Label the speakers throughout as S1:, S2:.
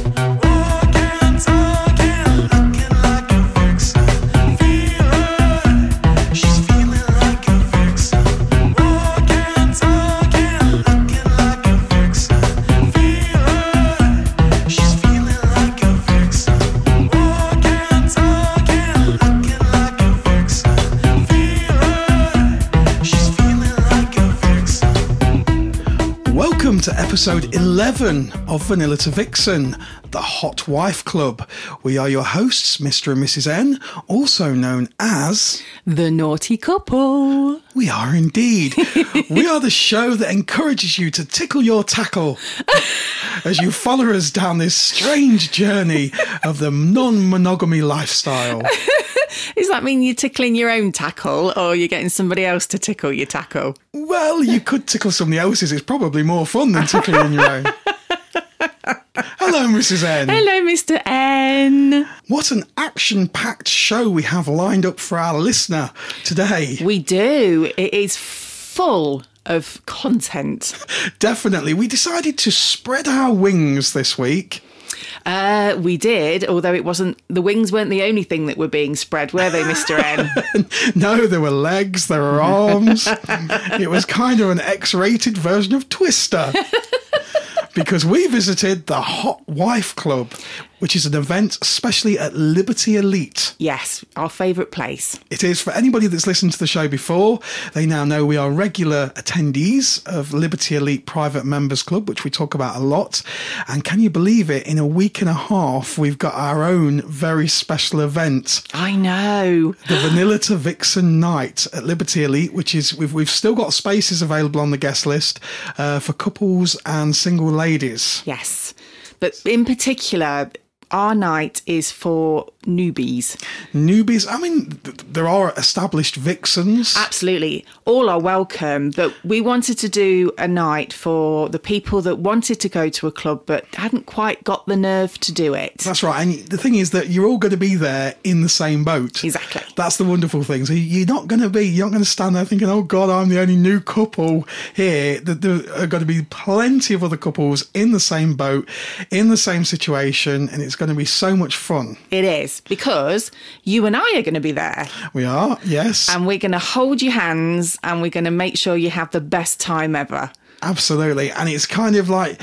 S1: Walking, talking, looking like a vixen. Feel her, she's feeling like a vixen. Walking, talking, looking like a vixen. Feel her, she's feeling like a vixen. Walking, talking, looking like a vixen. Feel her, she's feeling like a vixen.
S2: Welcome to episode 11 of Vanilla to Vixen, the Hot Wife Club. We are your hosts, Mr. and Mrs. N, also known as.
S3: The Naughty Couple.
S2: We are indeed. we are the show that encourages you to tickle your tackle as you follow us down this strange journey of the non monogamy lifestyle.
S3: Does that mean you're tickling your own tackle or you're getting somebody else to tickle your tackle?
S2: Well, you could tickle somebody else's, it's probably more fun than tickling your own. Hello, Mrs. N.
S3: Hello, Mr. N.
S2: What an action packed show we have lined up for our listener today.
S3: We do. It is full of content.
S2: Definitely. We decided to spread our wings this week.
S3: Uh, we did, although it wasn't, the wings weren't the only thing that were being spread, were they, Mr. N?
S2: No, there were legs, there were arms. it was kind of an X rated version of Twister. because we visited the Hot Wife Club, which is an event especially at Liberty Elite.
S3: yes, our favourite place.
S2: It is for anybody that's listened to the show before. They now know we are regular attendees of Liberty Elite Private Members Club, which we talk about a lot. And can you believe it? In a week and a half, we've got our own very special event,
S3: I know.
S2: the Vanilla to Vixen Night at Liberty Elite, which is we've we've still got spaces available on the guest list uh, for couples and single ladies.
S3: Yes. But in particular, our night is for newbies.
S2: Newbies, I mean, th- there are established vixens.
S3: Absolutely. All are welcome, but we wanted to do a night for the people that wanted to go to a club but hadn't quite got the nerve to do it.
S2: That's right. And the thing is that you're all going to be there in the same boat.
S3: Exactly.
S2: That's the wonderful thing. So you're not going to be, you're not going to stand there thinking, oh God, I'm the only new couple here. Th- There are going to be plenty of other couples in the same boat, in the same situation, and it's going to be so much fun.
S3: It is because you and I are going to be there
S2: We are, yes,
S3: and we're going to hold your hands and we're going to make sure you have the best time ever.
S2: absolutely. And it's kind of like,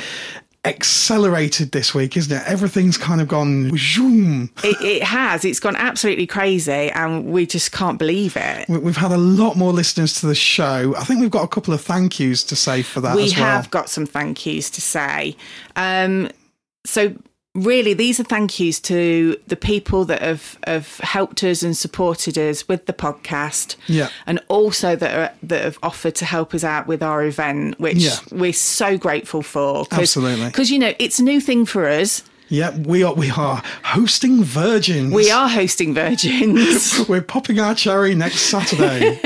S2: Accelerated this week, isn't it? Everything's kind of gone zoom.
S3: It, it has. It's gone absolutely crazy and we just can't believe it.
S2: We- We've had a lot more listeners to the show. I think we've got a couple of thank yous to say for that
S3: we
S2: as well.
S3: have got some thank yous to say. Um, so really, these are thank yous to the people that have have helped us and supported us with the podcast,
S2: Yeah.
S3: and also that are, that have offered to help us out with our event, which
S2: Yeah.
S3: we're so grateful for.
S2: Absolutely.
S3: because you know it's a new thing for us.
S2: Yep, we are we are hosting Virgins.
S3: We are hosting Virgins.
S2: We're popping our cherry next Saturday.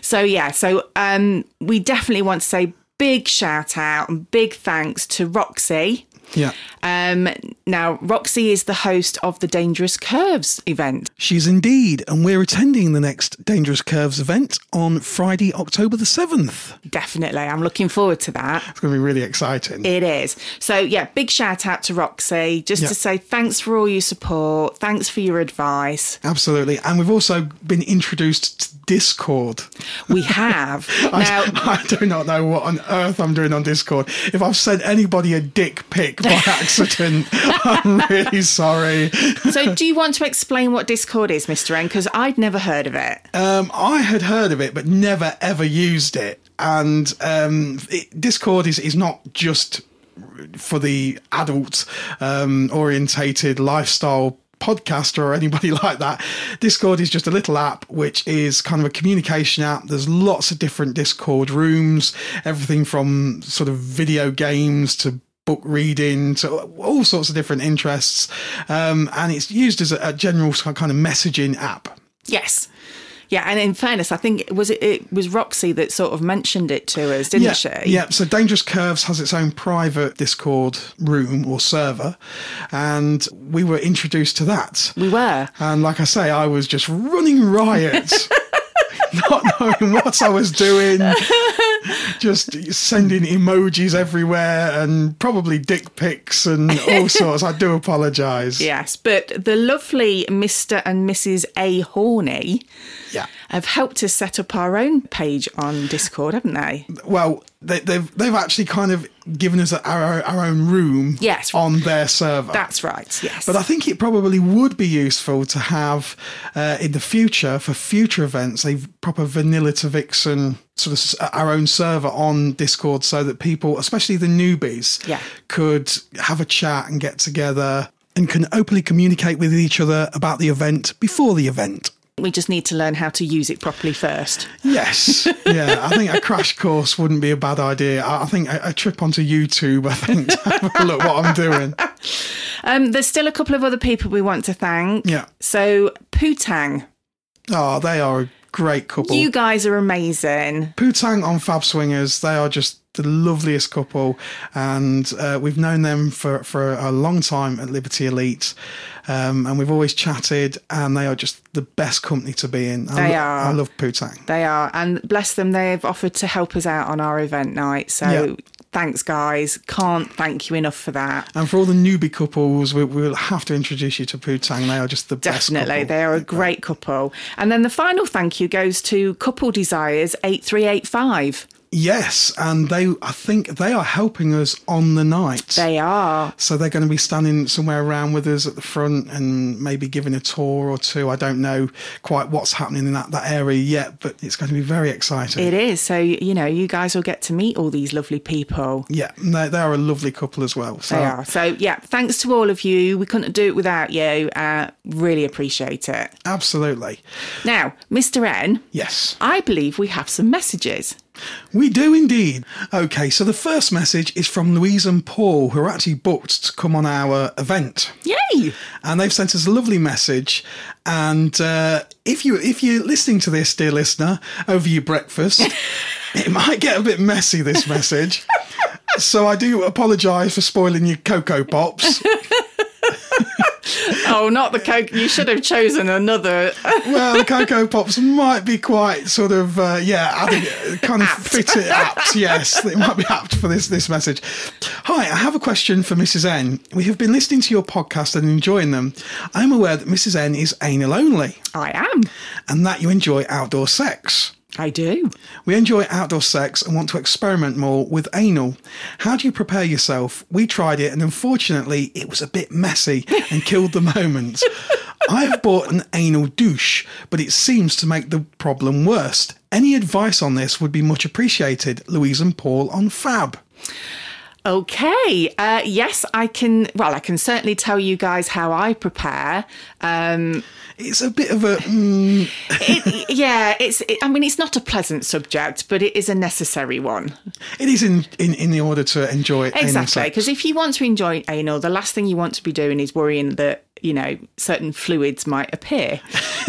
S3: So yeah, so um, we definitely want to say big shout out and big thanks to Roxy.
S2: yeah.
S3: Um, now, Roxy is the host of the Dangerous Curves event.
S2: She's indeed, and we're attending the next Dangerous Curves event on Friday, October the 7th.
S3: Definitely. I'm looking forward to that.
S2: It's going to be really exciting.
S3: It is. So, yeah, big shout out to Roxy just
S2: Yeah.
S3: to say thanks for all your support. Thanks for your advice.
S2: Absolutely. And we've also been introduced to Discord.
S3: We have. now,
S2: I, I do not know what on earth I'm doing on Discord. If I've sent anybody a dick pic by accident, I'm really sorry.
S3: so do you want to explain what Discord is, Mr. N? Because I'd never heard of it.
S2: Um, I had heard of it, but never ever used it. And um, it, Discord is, is not just for the adult um, orientated lifestyle podcaster or anybody like that. Discord is just a little app which is kind of a communication app. There's lots of different Discord rooms, everything from sort of video games to book reading to all sorts of different interests. Um, and it's used as a, a general kind of messaging app.
S3: Yes. Yeah, and in fairness, I think it was it, it was Roxy that sort of mentioned it to us, didn't
S2: yeah,
S3: she?
S2: Yeah, so Dangerous Curves has its own private Discord room or server, and we were introduced to that.
S3: We were.
S2: And like I say, I was just running riot. Not knowing what I was doing, just sending emojis everywhere and probably dick pics and all sorts. I do apologise.
S3: Yes, but the lovely Mr. and Mrs. A. Horney
S2: yeah.
S3: have helped us set up our own page on Discord, haven't they?
S2: Well, they, they've they've actually kind of given us our, our own room.
S3: Yes.
S2: On their server.
S3: That's right, yes.
S2: But I think it probably would be useful to have uh, in the future for future events a proper vanilla to Vixen sort of s- uh, our own server on Discord so that people, especially the newbies,
S3: Yeah.
S2: could have a chat and get together and can openly communicate with each other about the event before the event.
S3: we just need to learn how to use it properly first.
S2: Yes, yeah, I think a crash course wouldn't be a bad idea. I I think a, a trip onto YouTube, I think, to have a look what I'm doing.
S3: Um, there's still a couple of other people we want to thank.
S2: Yeah.
S3: So, Putang,
S2: Oh, they are a great couple.
S3: you guys are amazing.
S2: Putang on Fab Swingers, they are just the loveliest couple, and uh, we've known them for, for a long time at Liberty Elite, um, and we've always chatted, and they are just the best company to be in. I
S3: They
S2: lo-
S3: are.
S2: I love Putang.
S3: They are. And bless them, they've offered to help us out on our event night. So,
S2: Yeah.
S3: thanks, guys. Can't thank you enough for that.
S2: And for all the newbie couples, we, we'll have to introduce you to Putang. They are just the best
S3: Definitely,
S2: couple.
S3: they are a great couple. And then the final thank you goes to Couple Desires 8385.
S2: Yes, and they, I think they are helping us on the night.
S3: They are.
S2: So they're going to be standing somewhere around with us at the front and maybe giving a tour or two. I don't know quite what's happening in that, that area yet, but it's going to be very exciting.
S3: It is. So, you know, you guys will get to meet all these lovely people.
S2: yeah, and they, they are a lovely couple as well. So
S3: They are. So, yeah, thanks to all of you. We couldn't do it without you. Uh, really appreciate it.
S2: absolutely.
S3: Now, Mr. N,
S2: Yes,
S3: I believe we have some messages.
S2: we do indeed. Okay, so the first message is from Louise and Paul, who are actually booked to come on our event.
S3: Yay!
S2: and they've sent us a lovely message. And uh, if you if you're listening to this, dear listener, over your breakfast, it might get a bit messy. This message, so I do apologise for spoiling your cocoa pops.
S3: Oh, not the Coke. You should have chosen another.
S2: well, the cocoa pops might be quite sort of uh, yeah, I think uh, kind of fit it apt. Yes, it might be apt for this this message. Hi, I have a question for Mrs. N. We have been listening to your podcast and enjoying them. I'm aware that Mrs. N is anal only.
S3: I am.
S2: and that you enjoy outdoor sex.
S3: I do.
S2: We enjoy outdoor sex and want to experiment more with anal. How do you prepare yourself? We tried it and unfortunately it was a bit messy and killed the moment. I've bought an anal douche, but it seems to make the problem worse. Any advice on this would be much appreciated. Louise and Paul on Fab.
S3: Okay. Uh, yes, I can. Well, I can certainly tell you guys how I prepare. Um,
S2: It's a bit of a. mm,
S3: it, yeah, it's. It, I mean, it's not a pleasant subject, but it is a necessary one.
S2: it is in, in, in the order to enjoy anal
S3: Exactly.
S2: sex.
S3: Because if you want to enjoy anal, the last thing you want to be doing is worrying that you know certain fluids might appear,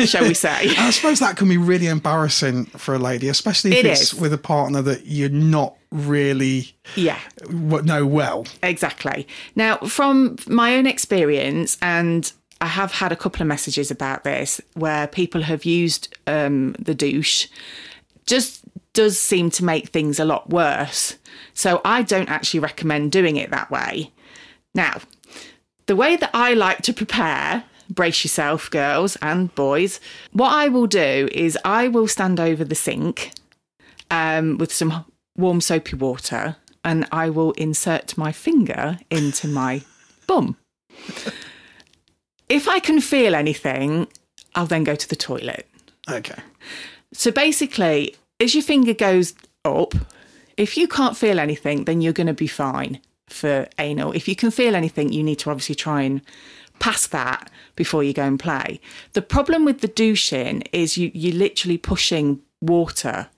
S3: shall we say?
S2: I suppose that can be really embarrassing for a lady, especially
S3: It
S2: if it's
S3: is.
S2: with a partner that you're not really
S3: yeah.
S2: w- know well.
S3: Exactly. Now, from my own experience, and I have had a couple of messages about this where people have used um, the douche, just does seem to make things a lot worse. So I don't actually recommend doing it that way. Now, the way that I like to prepare, brace yourself, girls and boys, what I will do is I will stand over the sink um, with some warm soapy water and I will insert my finger into my bum. If I can feel anything, I'll then go to the toilet.
S2: Okay.
S3: So basically, as your finger goes up, if you can't feel anything, then you're going to be fine for anal. If you can feel anything, you need to obviously try and past that before you go and play. The problem with the douching is you you're literally pushing water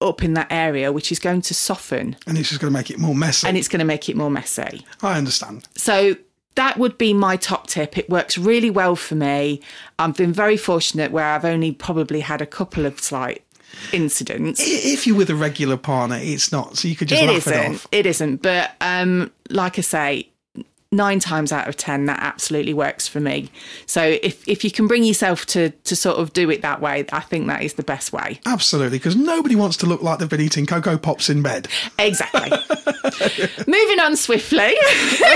S3: up in that area, which is going to soften
S2: and it's just going to make it more messy.
S3: and it's going to make it more messy.
S2: I understand.
S3: So that would be my top tip. It works really well for me. I've been very fortunate where I've only probably had a couple of slight
S2: I-
S3: incidents.
S2: If you're with a regular partner, it's not. So you could just
S3: It
S2: laugh it
S3: isn't.
S2: off.
S3: It isn't. But um, like I say, nine times out of ten, that absolutely works for me. So if if you can bring yourself to to sort of do it that way, I think that is the best way.
S2: Absolutely, because nobody wants to look like they've been eating Cocoa Pops in bed.
S3: Exactly. Moving on swiftly.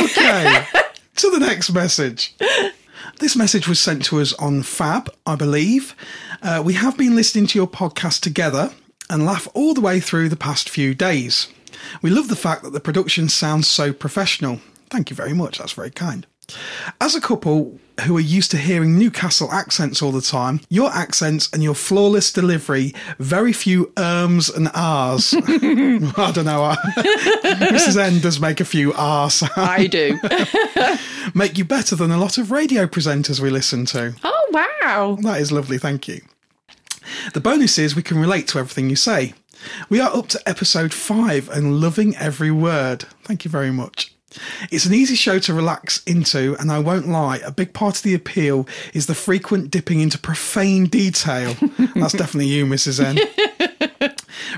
S2: Okay, to the next message. This message was sent to us on Fab, I believe. Uh, we have been listening to your podcast together and laugh all the way through the past few days. We love the fact that the production sounds so professional. Thank you very much, that's very kind. As a couple who are used to hearing Newcastle accents all the time, your accents and your flawless delivery, very few ums and ahs. I don't know. Mrs. N does make a few ah sounds
S3: I do.
S2: make you better than a lot of radio presenters we listen to.
S3: Oh wow.
S2: That is lovely, thank you. The bonus is we can relate to everything you say. We are up to episode five and loving every word. Thank you very much. It's an easy show to relax into, and I won't lie, a big part of the appeal is the frequent dipping into profane detail. That's definitely you, Mrs. N.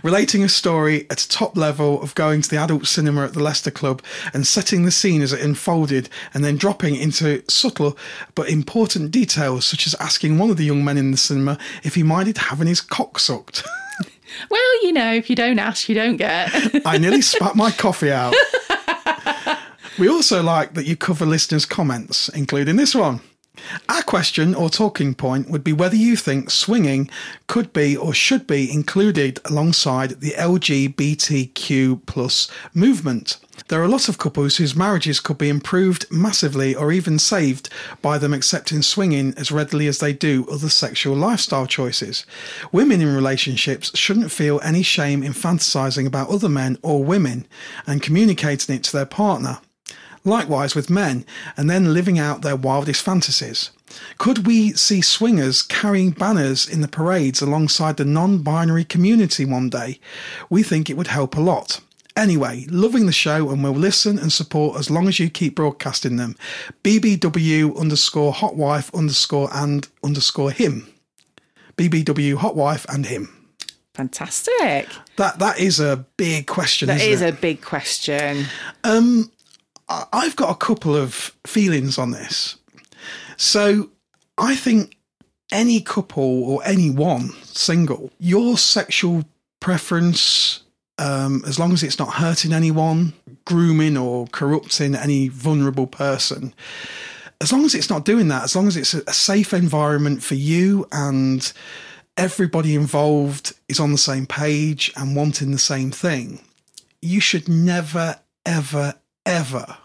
S2: Relating a story at a top level of going to the adult cinema at the Leicester Club and setting the scene as it unfolded, and then dropping into subtle but important details, such as asking one of the young men in the cinema if he minded having his cock sucked.
S3: Well, you know, if you don't ask, you don't get.
S2: I nearly spat my coffee out. We also like that you cover listeners' comments, including this one. Our question or talking point would be whether you think swinging could be or should be included alongside the LGBTQ plus movement. There are a lot of couples whose marriages could be improved massively or even saved by them accepting swinging as readily as they do other sexual lifestyle choices. Women in relationships shouldn't feel any shame in fantasizing about other men or women and communicating it to their partner likewise with men, and then living out their wildest fantasies. Could we see swingers carrying banners in the parades alongside the non binary community one day? We think it would help a lot. Anyway, loving the show and will listen and support as long as you keep broadcasting them. BBW underscore hot wife underscore and underscore him. BBW hot wife and him.
S3: Fantastic.
S2: That that is a big question.
S3: That
S2: isn't
S3: is
S2: it?
S3: a big question.
S2: Um, I've got a couple of feelings on this. So I think any couple or anyone single, your sexual preference, um, as long as it's not hurting anyone, grooming or corrupting any vulnerable person, as long as it's not doing that, as long as it's a a safe environment for you and everybody involved is on the same page and wanting the same thing, you should never, ever, ever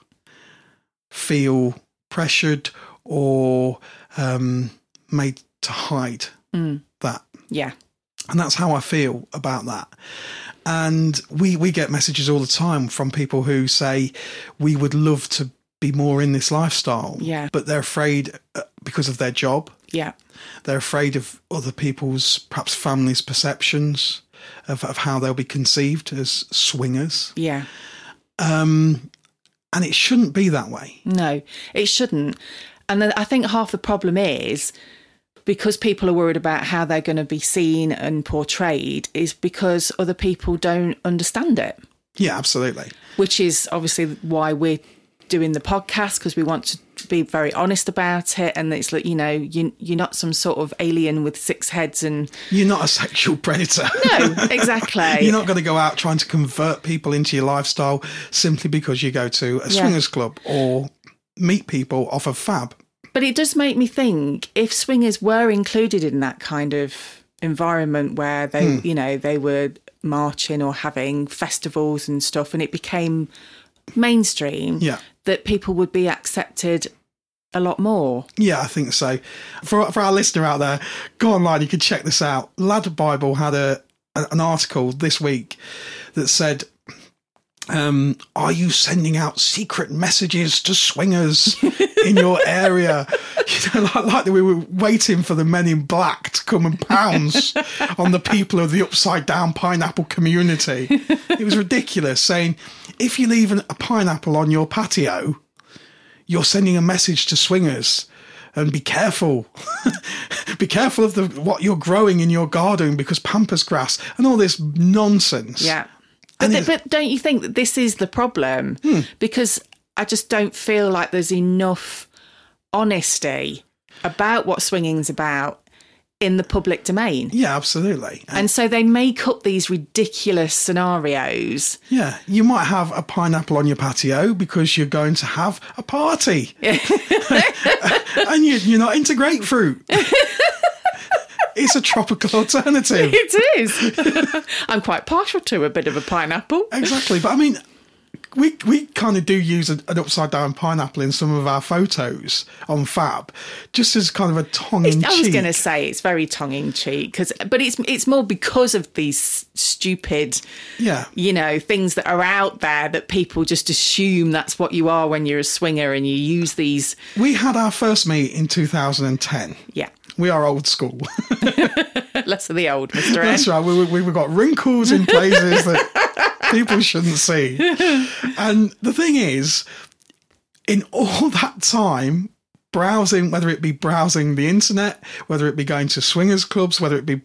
S2: feel pressured or um, made to hide that.
S3: Yeah.
S2: And that's how I feel about that. And we we get messages all the time from people who say we would love to be more in this lifestyle,
S3: Yeah.
S2: but they're afraid uh, because of their job.
S3: Yeah.
S2: They're afraid of other people's perhaps families' perceptions of, of how they'll be conceived as swingers.
S3: Yeah.
S2: and it shouldn't be that way.
S3: No, it shouldn't. And then I think half the problem is because people are worried about how they're going to be seen and portrayed is because other people don't understand it,
S2: Yeah, absolutely.
S3: which is obviously why we're doing the podcast because we want to be very honest about it and it's like you know you, you're not some sort of alien with six heads and
S2: You're not a sexual predator.
S3: no exactly
S2: You're not going to go out trying to convert people into your lifestyle simply because you go to a swingers club or meet people off of fab.
S3: But it does make me think if swingers were included in that kind of environment where they, you know, they were marching or having festivals and stuff, and it became mainstream,
S2: Yeah.
S3: that people would be accepted a lot more.
S2: Yeah, I think so. For for our listener out there, go online. You can check this out. Lad Bible had a an article this week that said, um, "Are you sending out secret messages to swingers? in your area. You know, like, like we were waiting for the men in black to come and pounce on the people of the upside down pineapple community. It was ridiculous saying, if you leave an, a pineapple on your patio, you're sending a message to swingers and be careful be careful of the what you're growing in your garden because pampas grass and all this nonsense
S3: Yeah.
S2: And
S3: But, th-
S2: it's-
S3: but don't you think that this is the problem? Because I just don't feel like there's enough honesty about what swinging's about in the public domain.
S2: yeah absolutely Uh,
S3: And so they make up these ridiculous scenarios.
S2: yeah you might have a pineapple on your patio because you're going to have a party and you, you're not into grapefruit it's a tropical alternative
S3: It is. I'm quite partial to a bit of a pineapple.
S2: exactly but i mean we, we kind of do use a, an upside down pineapple in some of our photos on Fab, just as kind of a tongue in cheek.
S3: I was going to say it's very tongue in cheek, because but it's it's more because of these stupid
S2: Yeah.
S3: you know, things that are out there that people just assume that's what you are when you're a swinger and you use these.
S2: We had our first meet in 2010.
S3: Yeah,
S2: We are old school.
S3: less of the old, Mr. N.
S2: That's right. We, we, we've got wrinkles in places that people shouldn't see. And the thing is, in all that time, browsing, whether it be browsing the internet, whether it be going to swingers clubs, whether it be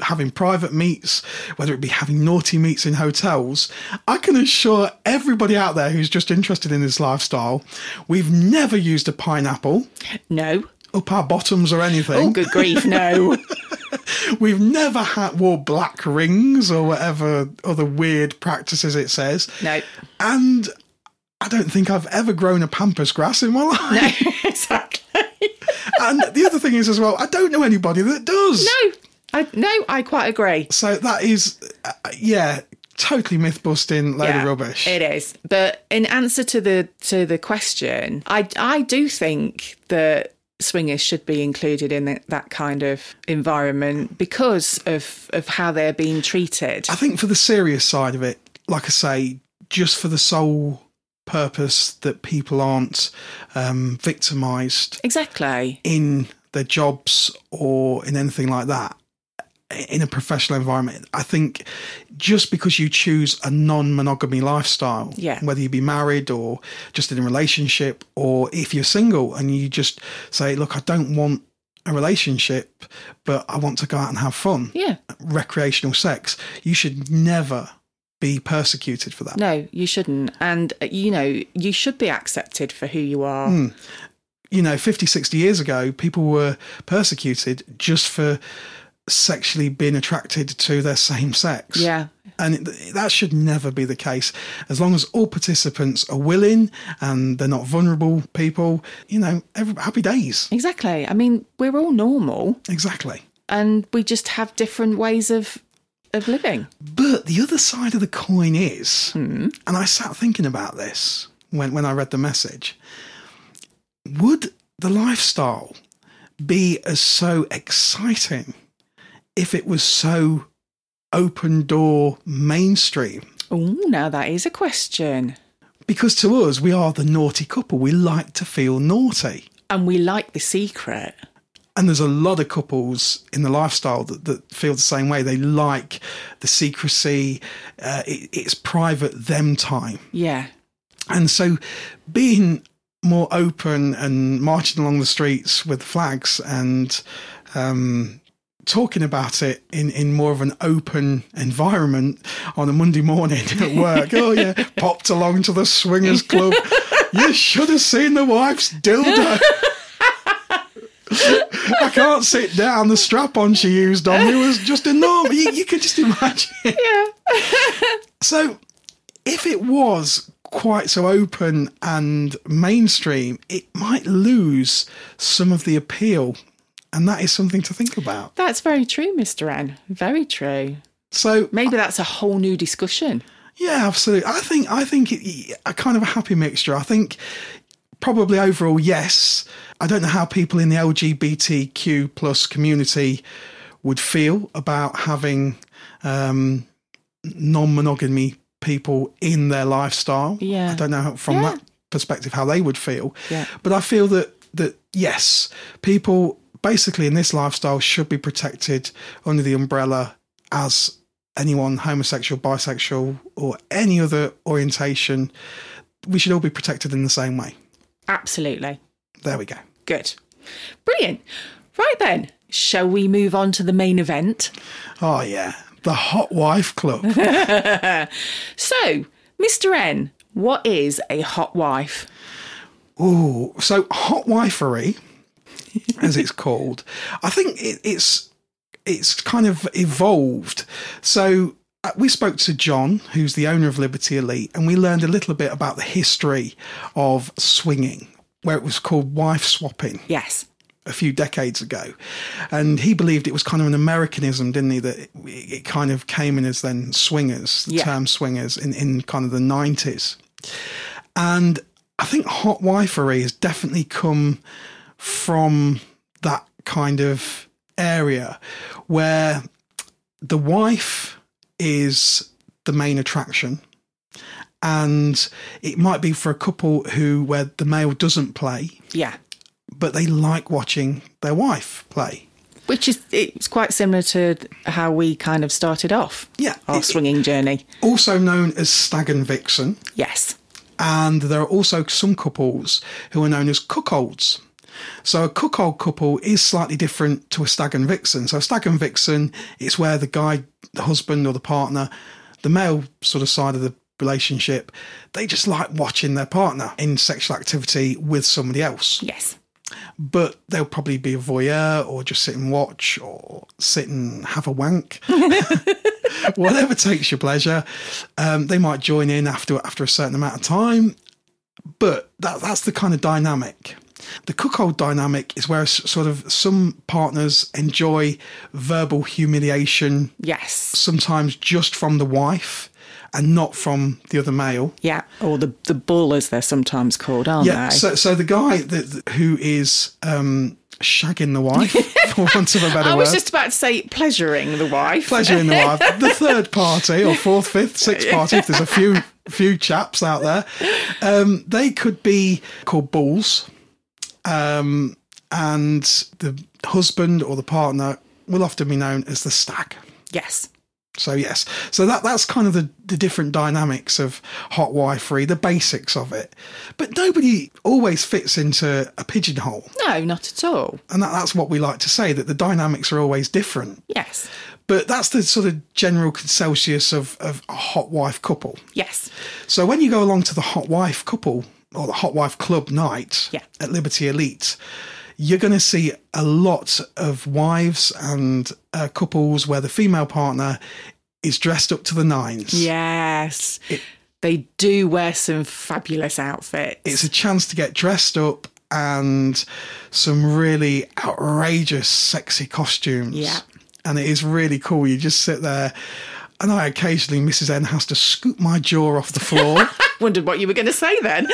S2: having private meets, whether it be having naughty meets in hotels, I can assure everybody out there who's just interested in this lifestyle, we've never used a pineapple
S3: No.
S2: up our bottoms or anything.
S3: Oh, good grief, no.
S2: We've never had wore black rings or whatever other weird practices it says.
S3: No.
S2: And I don't think I've ever grown a pampas grass in my life.
S3: No, exactly.
S2: And the other thing is as well, I don't know anybody that does.
S3: No, I, no, I quite agree.
S2: So that is, uh, yeah, totally myth busting load
S3: Yeah,
S2: of rubbish.
S3: It is. But in answer to the to the question, I I do think that swingers should be included in that that kind of environment because of of how they're being treated.
S2: I think for the serious side of it, like I say, just for the sole purpose that people aren't um, victimized
S3: Exactly.
S2: in their jobs or in anything like that in a professional environment i think just because you choose a non-monogamy lifestyle
S3: Yeah.
S2: whether you be married or just in a relationship or if you're single and you just say look i don't want a relationship but i want to go out and have fun
S3: Yeah.
S2: recreational sex you should never be persecuted for that
S3: No, you shouldn't. And, uh, you know, you should be accepted for who you are.
S2: Hmm. you know 50 60 years ago people were persecuted just for sexually being attracted to their same sex
S3: Yeah.
S2: and it- that should never be the case as long as all participants are willing and they're not vulnerable people you know every, happy days
S3: Exactly. I mean, we're all normal
S2: exactly
S3: and we just have different ways of of living.
S2: But the other side of the coin is, and I sat thinking about this when, when I read the message, would the lifestyle be as so exciting if it was so open door mainstream?
S3: Oh, now that is a question.
S2: Because to us, we are the naughty couple. We like to feel naughty.
S3: And we like the secret.
S2: And there's a lot of couples in the lifestyle that, that feel the same way. They like the secrecy, uh, it, it's private them time.
S3: Yeah.
S2: And so being more open and marching along the streets with flags and um, talking about it in, in more of an open environment on a Monday morning at work. oh, yeah, popped along to the swingers club. You should have seen the wife's dildo. I can't sit down. The strap on she used on me was just enormous. You, you could just imagine.
S3: Yeah.
S2: So, if it was quite so open and mainstream, it might lose some of the appeal. And that is something to think about.
S3: That's very true, Mr. N. Very true.
S2: So,
S3: Maybe that's a whole new discussion.
S2: yeah, absolutely. I think I think it, a kind of a happy mixture. I think probably overall, yes. I don't know how people in the LGBTQ plus community would feel about having um, non-monogamy people in their lifestyle.
S3: Yeah.
S2: I don't know how, from
S3: Yeah.
S2: that perspective how they would feel.
S3: Yeah.
S2: But I feel that that yes, people basically in this lifestyle should be protected under the umbrella as anyone homosexual, bisexual, or any other orientation. We should all be protected in the same way.
S3: Absolutely.
S2: There we go.
S3: Good. Brilliant. Right then, shall we move on to the main event?
S2: Oh yeah, the hot wife club.
S3: So, Mr. N, what is a hot wife?
S2: Ooh, so hot wifery, as it's called. I think it, it's it's kind of evolved. So uh, we spoke to John, who's the owner of Liberty Elite, and we learned a little bit about the history of swinging, where it was called wife swapping
S3: Yes.
S2: a few decades ago. And he believed it was kind of an Americanism, didn't he? That it, it kind of came in as then swingers, the
S3: Yeah.
S2: term swingers in, in kind of the 90s. And I think hot wifery has definitely come from that kind of area where the wife is the main attraction and it might be for a couple who where the male doesn't play
S3: Yeah.
S2: but they like watching their wife play.
S3: Which is it's quite similar to how we kind of started off.
S2: Yeah,
S3: Our
S2: it-
S3: swinging journey.
S2: Also known as stag and vixen,
S3: Yes.
S2: and there are also some couples who are known as cuckolds. So a cuckold couple is slightly different to a stag and vixen. So a stag and vixen, it's where the guy, the husband or the partner, the male sort of side of the relationship, they just like watching their partner in sexual activity with somebody else.
S3: Yes.
S2: but they'll probably be a voyeur or just sit and watch or sit and have a wank. Whatever takes your pleasure. Um, they might join in after after a certain amount of time, but that, that's the kind of dynamic. The cuckold dynamic is where s- sort of some partners enjoy verbal humiliation,
S3: Yes.
S2: sometimes just from the wife and not from the other male.
S3: Yeah. Or the the bull as they're sometimes called, aren't
S2: Yeah.
S3: they?
S2: So, so the guy that who is um, shagging the wife, for want of a better
S3: I
S2: word,
S3: was just about to say pleasuring the wife.
S2: pleasuring the wife, the third party or fourth, fifth, sixth party. If there's a few few chaps out there, um, they could be called bulls, um, and the husband or the partner will often be known as the stag.
S3: Yes.
S2: So yes, so that that's kind of the, the different dynamics of hot wifery, the basics of it. But nobody always fits into a pigeonhole,
S3: No, not at all.
S2: and that, that's what we like to say that the dynamics are always different.
S3: Yes.
S2: But that's the sort of general consensus of of a hot wife couple.
S3: Yes.
S2: So when you go along to the hot wife couple or the hot wife club night
S3: Yeah.
S2: at Liberty Elite, you're going to see a lot of wives and uh, couples where the female partner is dressed up to the nines.
S3: Yes. they do wear some fabulous outfits.
S2: It's a chance to get dressed up and some really outrageous, sexy costumes.
S3: Yeah.
S2: And it is really cool. You just sit there. And I occasionally, Mrs. N has to scoop my jaw off the floor.
S3: Wondered what you were going to say then.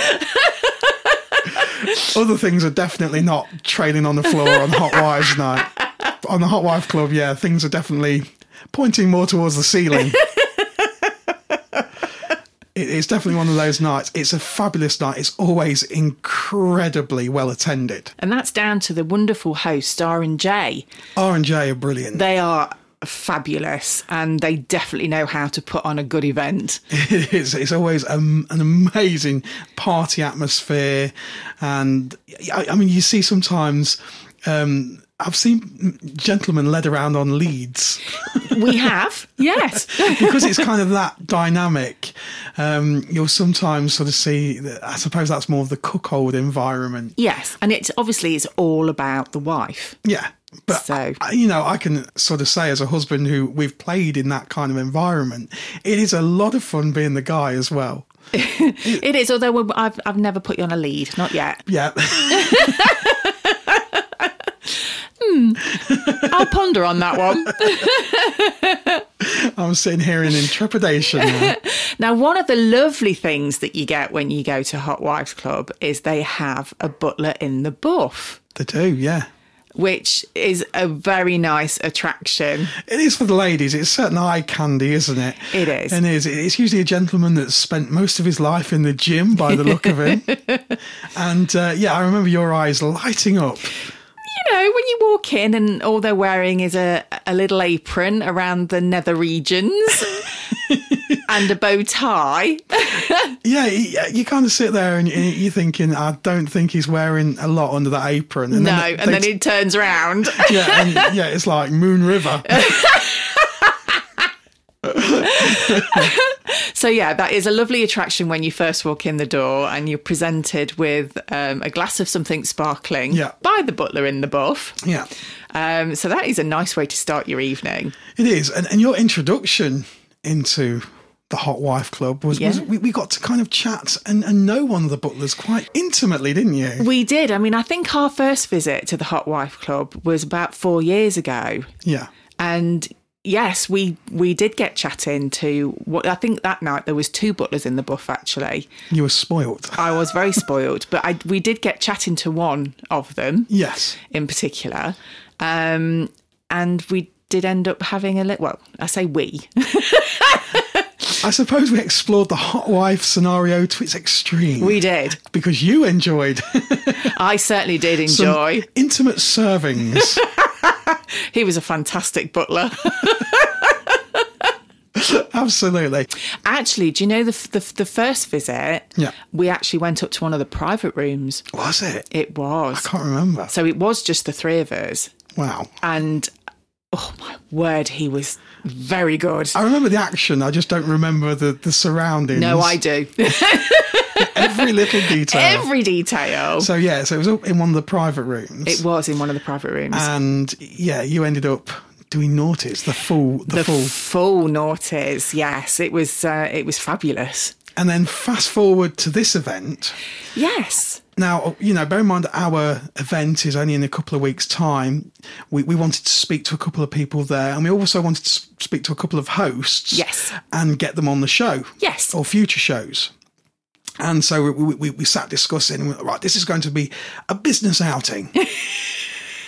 S2: other things are definitely not trailing on the floor on Hot Wives night. On the Hot Wife Club, yeah, things are definitely pointing more towards the ceiling. It- It's definitely one of those nights. It's a fabulous night. It's always incredibly well attended.
S3: And that's down to the wonderful host, R&J.
S2: R and J are brilliant.
S3: They are fabulous and they definitely know how to put on a good event.
S2: it is. It's always um, an amazing party atmosphere, and I, I mean, you see sometimes. Um, I've seen gentlemen led around on leads.
S3: We have, yes.
S2: because it's kind of that dynamic, um, you'll sometimes sort of see. That, I suppose that's more of the cuckold environment.
S3: Yes, and it's obviously it's all about the wife.
S2: Yeah, but
S3: So-
S2: I- you know, I can sort of say as a husband who we've played in that kind of environment, it is a lot of fun being the guy as well.
S3: It is, although we're- I've, I've never put you on a lead, not yet.
S2: Yeah,
S3: I'll ponder on that one.
S2: I'm sitting here in trepidation. Now.
S3: Now, one of the lovely things that you get when you go to Hot Wives Club is they have a butler in the buff.
S2: they do, yeah.
S3: which is a very nice attraction.
S2: It is for the ladies. It's certain eye candy, isn't it?
S3: It is.
S2: And is it's usually a gentleman that's spent most of his life in the gym, by the look of him. and uh, yeah, I remember your eyes lighting up.
S3: You know, when you walk in and all they're wearing is a, a little apron around the nether regions and a bow tie.
S2: Yeah, you, you kind of sit there and you- you're thinking, I don't think he's wearing a lot under that apron. And
S3: No,
S2: it-
S3: and then
S2: they-
S3: it turns around.
S2: yeah, and, yeah, it's like Moon River.
S3: So yeah, that is a lovely attraction when you first walk in the door and you're presented with um, a glass of something sparkling
S2: Yeah.
S3: by the butler in the buff.
S2: yeah,
S3: Um, so that is a nice way to start your evening.
S2: it is. And, and your introduction into the Hot Wife Club was, was
S3: Yeah.
S2: we, we got to kind of chat and, and know one of the butlers quite intimately, didn't you?
S3: We did. I mean, I think our first visit to the Hot Wife Club was about four years ago,
S2: Yeah.
S3: and yes, we we did get chatting to what I think that night there was two butlers in the buff actually.
S2: You were spoilt.
S3: I was very spoiled, but I, we did get chatting to one of them.
S2: Yes.
S3: in particular. Um, and we did end up having a little, well, I say we.
S2: I suppose we explored the hot wife scenario to its extreme.
S3: We did.
S2: because you enjoyed
S3: I certainly did
S2: some
S3: enjoy.
S2: intimate servings.
S3: He was a fantastic butler.
S2: Absolutely.
S3: actually, do you know the, f- the, f- the first visit?
S2: Yeah.
S3: We actually went up to one of the private rooms.
S2: Was it?
S3: It was.
S2: Can't remember.
S3: So it was just the three of us.
S2: Wow.
S3: And oh my word, he was very good.
S2: I remember the action. I just don't remember the, the surroundings.
S3: No, I do.
S2: Every little detail.
S3: Every detail.
S2: so, yeah, so it was up in one of the private rooms.
S3: It was in one of the private rooms.
S2: and yeah, you ended up doing naughties, the full, the,
S3: the
S2: full.
S3: full noughties. Yes, it was. Uh, it was fabulous.
S2: And then fast forward to this event.
S3: Yes.
S2: Now, you know, bear in mind our event is only in a couple of weeks' time. We, we wanted to speak to a couple of people there, and we also wanted to s- speak to a couple of hosts.
S3: Yes.
S2: And get them on the show.
S3: Yes.
S2: Or future shows. And so we, we, we- we sat discussing, and we went, right, this is going to be a business outing.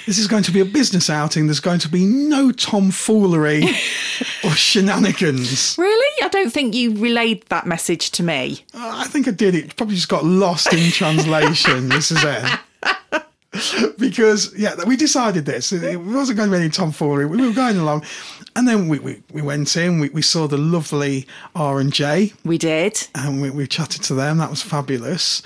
S2: this is going to be a business outing. There's going to be no tomfoolery or shenanigans.
S3: Really, I don't think you relayed that message to me.
S2: I think I did. It probably just got lost in translation. this is it. because, yeah, we decided this. It- It wasn't going to be any tomfoolery. We were going along. And then we, we, we went in, we, we saw the lovely R&J
S3: We did.
S2: and we, we chatted to them. That was fabulous.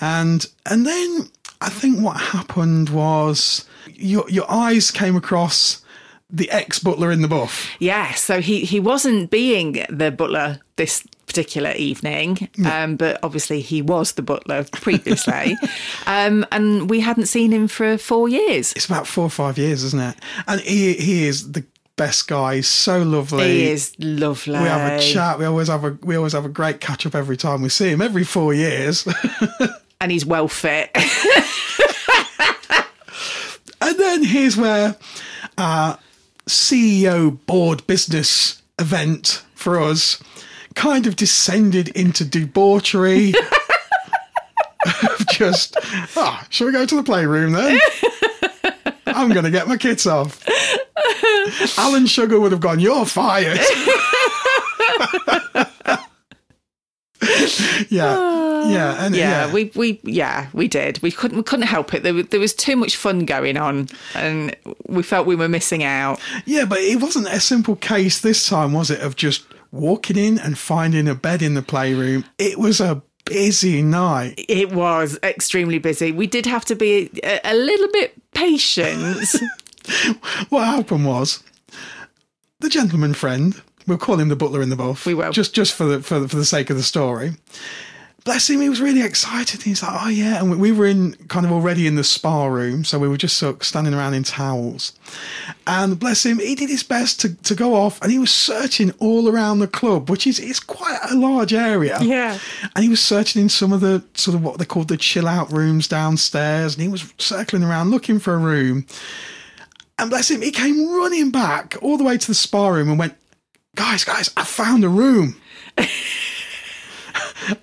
S2: And and then I think what happened was your, your eyes came across the ex-butler in the buff.
S3: Yeah. So he he wasn't being the butler this particular evening, um, but obviously he was the butler previously, um, and we hadn't seen him for four years.
S2: it's about four or five years, isn't it? And he he is the best guy. He's so lovely.
S3: He is lovely.
S2: We have a chat. We always have a we always have a great catch up every time we see him. Every four years,
S3: and he's well fit.
S2: and then here's where our CEO board business event for us kind of descended into debauchery. Of Just ah, shall we go to the playroom then? I'm going to get my kits off. Alan Sugar would have gone. You're fired. yeah, yeah, and
S3: yeah,
S2: yeah.
S3: we we yeah we did we couldn't we couldn't help it there, wa- there was too much fun going on and we felt we were missing out
S2: Yeah, but it wasn't a simple case this time, was it? Of just walking in and finding a bed in the playroom. It was a busy night.
S3: it was extremely busy we did have to be a, a little bit patient
S2: What happened was the gentleman friend. We'll call him the butler in the buff.
S3: We will.
S2: just just for the for the, for the sake of the story. Bless him, he was really excited. He's like, oh yeah, and we, we were in kind of already in the spa room, so we were just sort of standing around in towels. And bless him, he did his best to, to go off, and he was searching all around the club, which is it's quite a large area.
S3: Yeah.
S2: And he was searching in some of the sort of what they called the chill out rooms downstairs, and he was circling around looking for a room. And bless him, he came running back all the way to the spa room and went, Guys, guys, I found a room.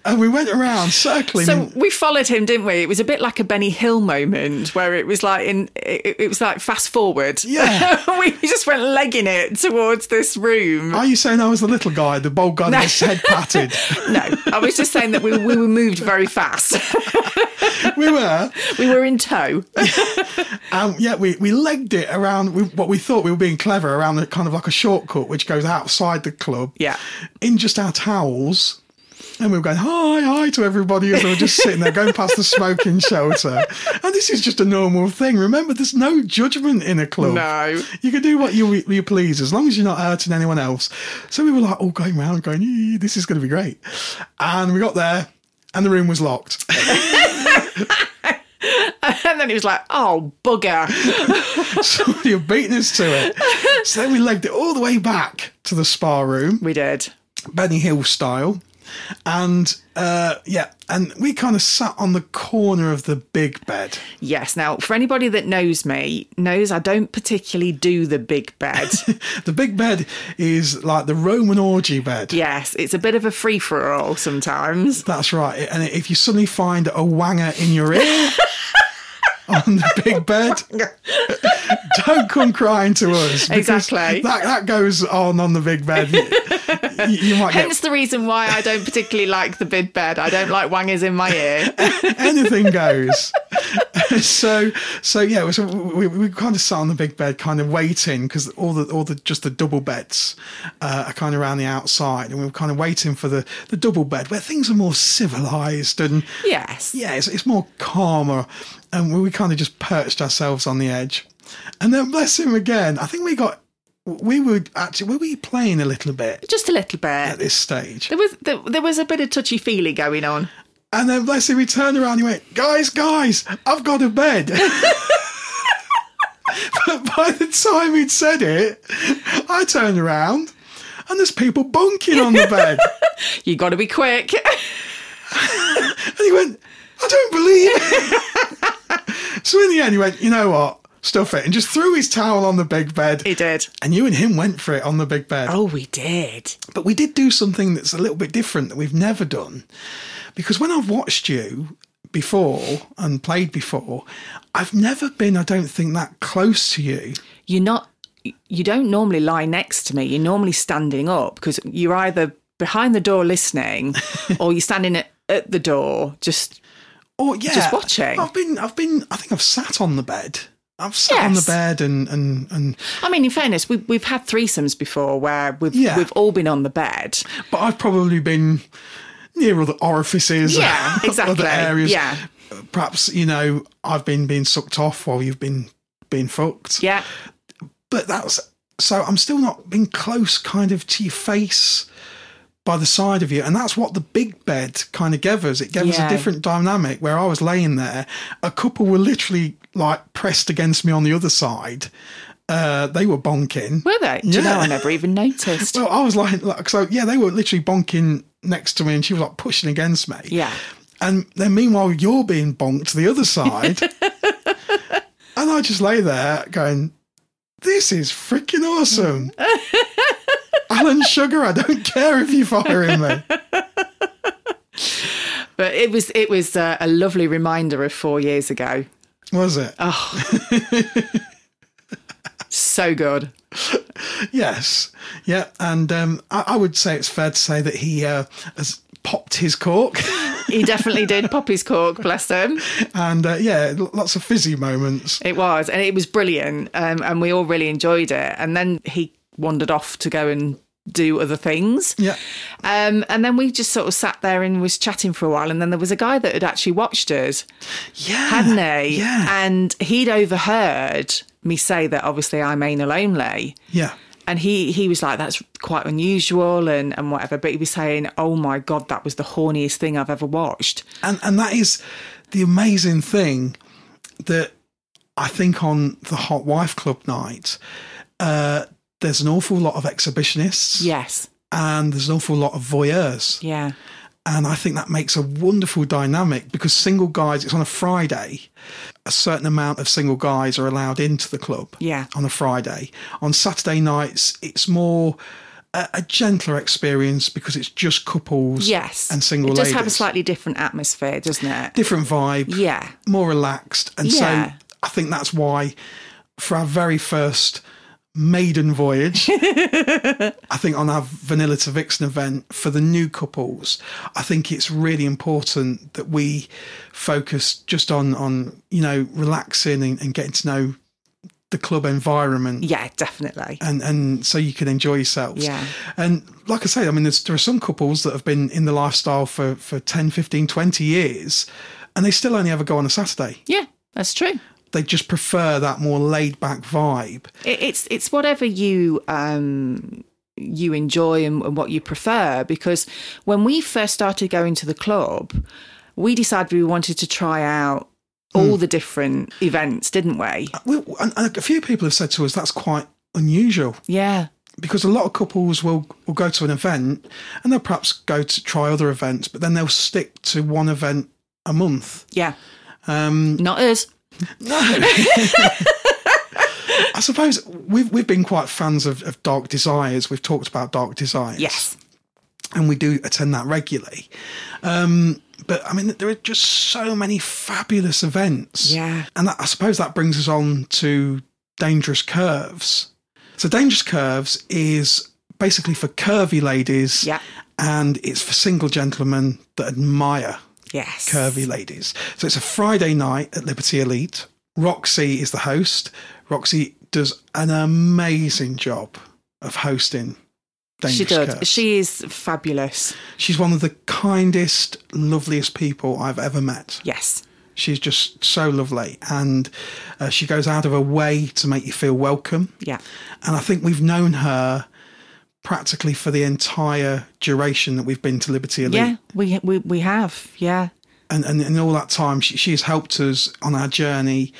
S2: and we went around circling.
S3: So
S2: and-
S3: we followed him, didn't we? It was a bit like a Benny Hill moment where it was like in it, it was like fast forward.
S2: Yeah.
S3: we just went legging it towards this room.
S2: are you saying I was the little guy, the bald guy that was head patted?
S3: no, I was just saying that we we were moved very fast.
S2: we were.
S3: we were in tow.
S2: Um, yeah, we, we legged it around we, what we thought we were being clever around the kind of like a shortcut which goes outside the club.
S3: Yeah.
S2: In just our towels. And we were going, hi, hi to everybody as we were just sitting there going past the smoking shelter. And this is just a normal thing. Remember, there's no judgment in a club.
S3: No.
S2: You can do what you, you please as long as you're not hurting anyone else. So we were like all going round going, "Ee, this is going to be great. And we got there and the room was locked.
S3: And then it was like, oh bugger.
S2: Somebody had beaten us to it. So then we legged it all the way back to the spa room,
S3: We did.
S2: Benny Hill style. And uh, yeah, and we kind of sat on the corner of the big bed.
S3: Yes. Now, for anybody that knows me, knows I don't particularly do the big bed.
S2: The big bed is like the Roman orgy bed.
S3: yes, it's a bit of a free for all sometimes.
S2: That's right. And if you suddenly find a wanger in your ear on the big bed, don't come crying to us. because
S3: Exactly.
S2: That, that goes on on the big bed. You, you might get
S3: Hence the reason why I don't particularly like the big bed. I don't like wangers in my ear.
S2: anything goes. so so yeah, so we, we kind of sat on the big bed, kind of waiting because all the all the just the double beds uh, are kind of around the outside, and we were kind of waiting for the the double bed where things are more civilized and
S3: Yes.
S2: yeah, it's, it's more calmer, and we, we kind of just perched ourselves on the edge, and then bless him again. I think we got we were actually were we playing a little bit
S3: Just a little
S2: at
S3: bit.
S2: this stage.
S3: There was there, there was a bit of touchy feely going on.
S2: And then bless him, he turned around and he went, Guys, guys, I've got a bed. but by the time he'd said it, I turned around and there's people bunking on the bed.
S3: You got to be quick.
S2: and he went, I don't believe it. so in the end, he went, You know what? Stuff it. And just threw his towel on the big bed.
S3: He did.
S2: and you and him went for it on the big bed.
S3: Oh, we did.
S2: But we did do something that's a little bit different that we've never done. Because when I've watched you before and played before, I've never been, I don't think, that close to you.
S3: You're not. You don't normally lie next to me. You're normally standing up because you're either behind the door listening, or you're standing at, at the door. Just
S2: Or yeah.
S3: Just watching.
S2: I've been I've been I think I've sat on the bed. I've sat on the
S3: Yes.
S2: bed and and and
S3: I mean, in fairness, we, we've had threesomes before where we've
S2: Yeah.
S3: we've all been on the bed.
S2: but I've probably been near other orifices.
S3: Yeah, exactly.
S2: Other areas.
S3: Yeah.
S2: Perhaps, you know, I've been being sucked off while you've been being fucked.
S3: Yeah.
S2: but that's so I'm still not being close kind of to your face by the side of you. And that's what the big bed kind of gave us. It gave us a
S3: Yeah.
S2: different dynamic where I was laying there. A couple were literally like pressed against me on the other side. Uh, they were bonking.
S3: Were they? Do you know?
S2: Yeah.
S3: I never even noticed.
S2: Well, I was like, like, so yeah, they were literally bonking next to me and she was like pushing against me.
S3: Yeah.
S2: And then meanwhile, you're being bonked to the other side. and I just lay there going, this is freaking awesome. Alan Sugar, I don't care if you're firing me.
S3: But it was it was uh, a lovely reminder of four years ago.
S2: Was it?
S3: So good.
S2: Yes. Yeah. And um, I, I would say it's fair to say that he uh, has popped his cork.
S3: He definitely did pop his cork, bless him.
S2: and uh, yeah, l- lots of fizzy moments.
S3: It was, and it was brilliant, um, and we all really enjoyed it. And then he wandered off to go and do other things.
S2: Yeah.
S3: Um, and then we just sort of sat there and was chatting for a while. And then there was a guy that had actually watched us,
S2: Yeah.
S3: hadn't he?
S2: Yeah.
S3: And he'd overheard me say that obviously I'm anal only.
S2: yeah.
S3: and he he was like that's quite unusual and and whatever but he was saying oh my god that was the horniest thing i've ever watched
S2: and and that is the amazing thing that I think on the Hot Wife Club night, uh, there's an awful lot of exhibitionists
S3: yes
S2: and there's an awful lot of voyeurs,
S3: yeah
S2: and I think that makes a wonderful dynamic because single guys. It's on a Friday. A certain amount of single guys are allowed into the club.
S3: Yeah.
S2: On a Friday. On Saturday nights, it's more a, a gentler experience because it's just couples
S3: Yes.
S2: and single
S3: It does
S2: ladies.
S3: have a slightly different atmosphere, doesn't it?
S2: different vibe,
S3: Yeah.
S2: more relaxed. And
S3: Yeah.
S2: so I think that's why for our very first maiden voyage, I think on our Vanilla to Vixen event for the new couples, I think it's really important that we focus just on on, you know, relaxing and, and getting to know the club environment
S3: Yeah, definitely.
S2: and and so you can enjoy yourselves
S3: Yeah.
S2: and like i say i mean there's, there are some couples that have been in the lifestyle for for 10 15 20 years and they still only ever go on a saturday
S3: Yeah, that's true.
S2: they just prefer that more laid back vibe
S3: It, it's it's whatever you um you enjoy and, and what you prefer because when we first started going to the club, we decided we wanted to try out
S2: Hmm.
S3: all the different events, didn't we?
S2: we, and, and a few people have said to us that's quite unusual
S3: Yeah.
S2: because a lot of couples will, will go to an event and they'll perhaps go to try other events but then they'll stick to one event a month
S3: Yeah. Um not us.
S2: No. I suppose we've we've been quite fans of, of Dark Desires. We've talked about Dark Desires,
S3: Yes.
S2: and we do attend that regularly. Um, but I mean, there are just so many fabulous events,
S3: Yeah.
S2: And that, I suppose that brings us on to Dangerous Curves. So Dangerous Curves is basically for curvy ladies,
S3: Yeah.
S2: and it's for single gentlemen that admire
S3: Yes.
S2: curvy ladies. So it's a Friday night at Liberty Elite. Roxy is the host. Roxy does an amazing job of hosting. Dangerous
S3: She does.
S2: Curves.
S3: She is fabulous.
S2: She's one of the kindest, loveliest people I've ever met.
S3: Yes.
S2: She's just so lovely, and uh, she goes out of her way to make you feel welcome.
S3: Yeah.
S2: And I think we've known her practically for the entire duration that we've been to Liberty Elite.
S3: Yeah, we we we have. Yeah.
S2: and, and in all that time, she, she has helped us on our journey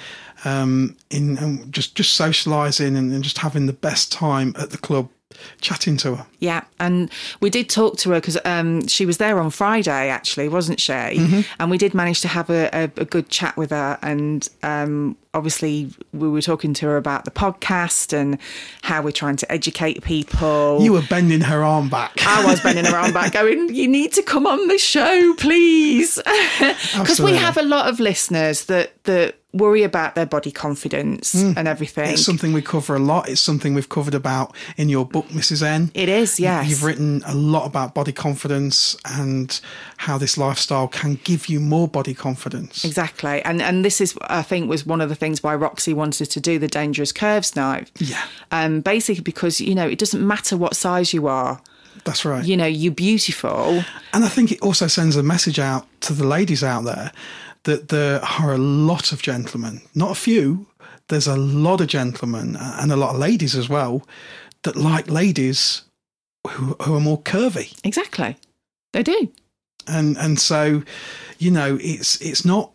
S2: um, in um, just just socialising and, and just having the best time at the club, chatting to her.
S3: Yeah, and we did talk to her because um, she was there on Friday, actually, wasn't she?
S2: Mm-hmm.
S3: And we did manage to have a, a, a good chat with her. And um, obviously, we were talking to her about the podcast and how we're trying to educate people.
S2: You were bending her arm back.
S3: I was bending around back going, you need to come on the show, please. Because we
S2: Absolutely.
S3: have a lot of listeners that, that worry about their body confidence and everything.
S2: It's something we cover a lot. It's something we've covered about in your book, Mrs. N.
S3: It is, yes.
S2: You've written a lot about body confidence and how this lifestyle can give you more body confidence.
S3: Exactly, and and this is I think was one of the things why Roxy wanted to do the dangerous curves knife.
S2: Yeah.
S3: Um, basically because you know it doesn't matter what size you are,
S2: That's right.
S3: you know you're beautiful.
S2: And I think it also sends a message out to the ladies out there that there are a lot of gentlemen, not a few, there's a lot of gentlemen uh, and a lot of ladies as well that like ladies who, who are more curvy.
S3: Exactly, they do.
S2: And and so, you know, it's it's not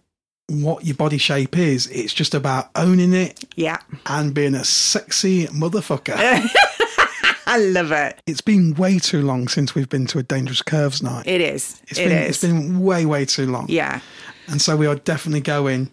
S2: what your body shape is, it's just about owning it
S3: Yeah,
S2: and being a sexy motherfucker.
S3: I love it.
S2: it's been way too long since we've been to a dangerous curves night.
S3: It is.
S2: It's
S3: It
S2: been
S3: is.
S2: it's been way, way too long.
S3: yeah,
S2: and so we are definitely going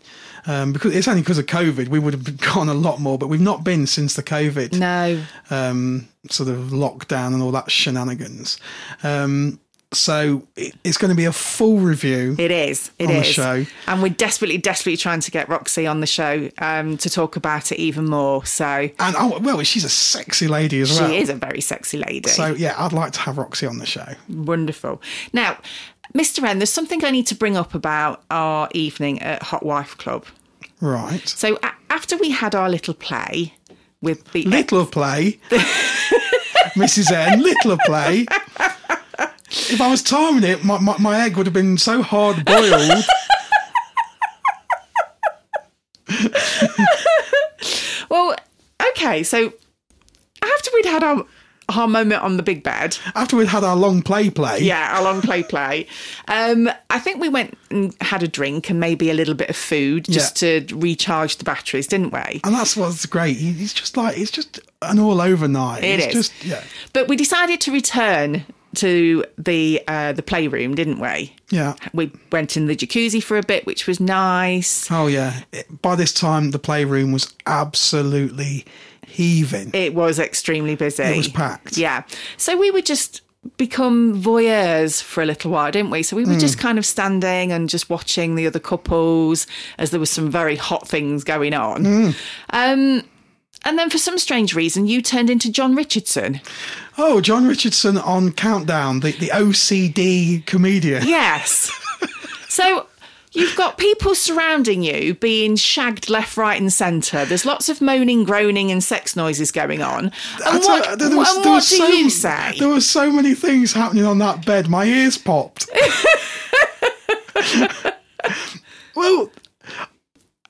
S2: um, because it's only because of COVID. We would have gone a lot more, but we've not been since the COVID
S3: no,
S2: um, sort of lockdown and all that shenanigans. Um, so it, it's going to be a full review.
S3: it is. It is.
S2: On the show.
S3: and we're desperately, desperately trying to get Roxy on the show um, to talk about it even more. So
S2: And oh, well, she's a sexy lady as
S3: she
S2: well.
S3: is a very sexy lady.
S2: So yeah, I'd like to have Roxy on the show.
S3: Wonderful. Now, Mr. N, there's something I need to bring up about our evening at Hot Wife Club.
S2: Right.
S3: So a- after we had our little play with the
S2: Little play. Mrs. N, little play. If I was timing it, my, my, my egg would have been so hard boiled.
S3: well, okay, so after we'd had our our moment on the big bed,
S2: After we'd had our long play play,
S3: yeah, our long play play. Um, I think we went and had a drink and maybe a little bit of food just to recharge the batteries, didn't we?
S2: And that's what's great. He- He's just like it's just an all over night.
S3: It
S2: it's
S3: is.
S2: just yeah.
S3: But we decided to return to the uh, the playroom, didn't we?
S2: Yeah.
S3: We went in the jacuzzi for a bit, which was nice.
S2: Oh, yeah. It- by this time, the playroom was absolutely heaving.
S3: It was extremely busy. It
S2: was packed.
S3: Yeah. So we would just become voyeurs for a little while, didn't we? So we were
S2: Hmm.
S3: just kind of standing and just watching the other couples as there was some very hot things going on.
S2: Hmm.
S3: Um, and then for some strange reason, you turned into John Richardson.
S2: Oh, John Richardson on Countdown, the, the OCD comedian.
S3: Yes. so you've got people surrounding you being shagged left, right, and centre. There's lots of moaning, groaning, and sex noises going on.
S2: I
S3: And
S2: tell
S3: what,
S2: you, there was-
S3: and
S2: there
S3: what
S2: was
S3: do
S2: so-
S3: you say?
S2: There were so many things happening on that bed. My ears popped. well,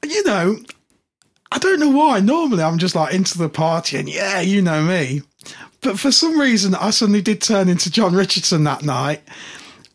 S2: you know, I don't know why. Normally, I'm just like into the party, and yeah, you know me. But for some reason, I suddenly did turn into John Richardson that night,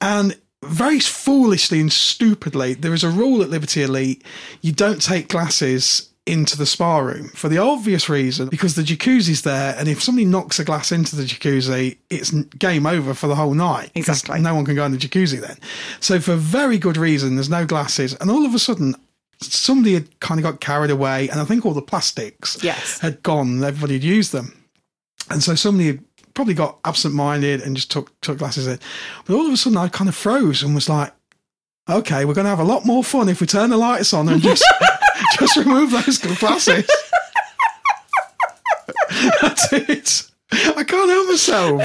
S2: and very foolishly and stupidly, there is a rule at Liberty Elite: you don't take glasses into the spa room for the obvious reason because the jacuzzi's there, and if somebody knocks a glass into the jacuzzi, it's n- game over for the whole night. 'cause
S3: Exactly.
S2: No one can go in the jacuzzi then. So for very good reason, there's no glasses, and all of a sudden somebody had kind of got carried away, and I think all the plastics
S3: Yes.
S2: had gone. Everybody had used them, and so somebody had probably got absent-minded and just took took glasses in. But all of a sudden, I kind of froze and was like, "Okay, we're going to have a lot more fun if we turn the lights on and just just remove those glasses." That's it. I can't help myself.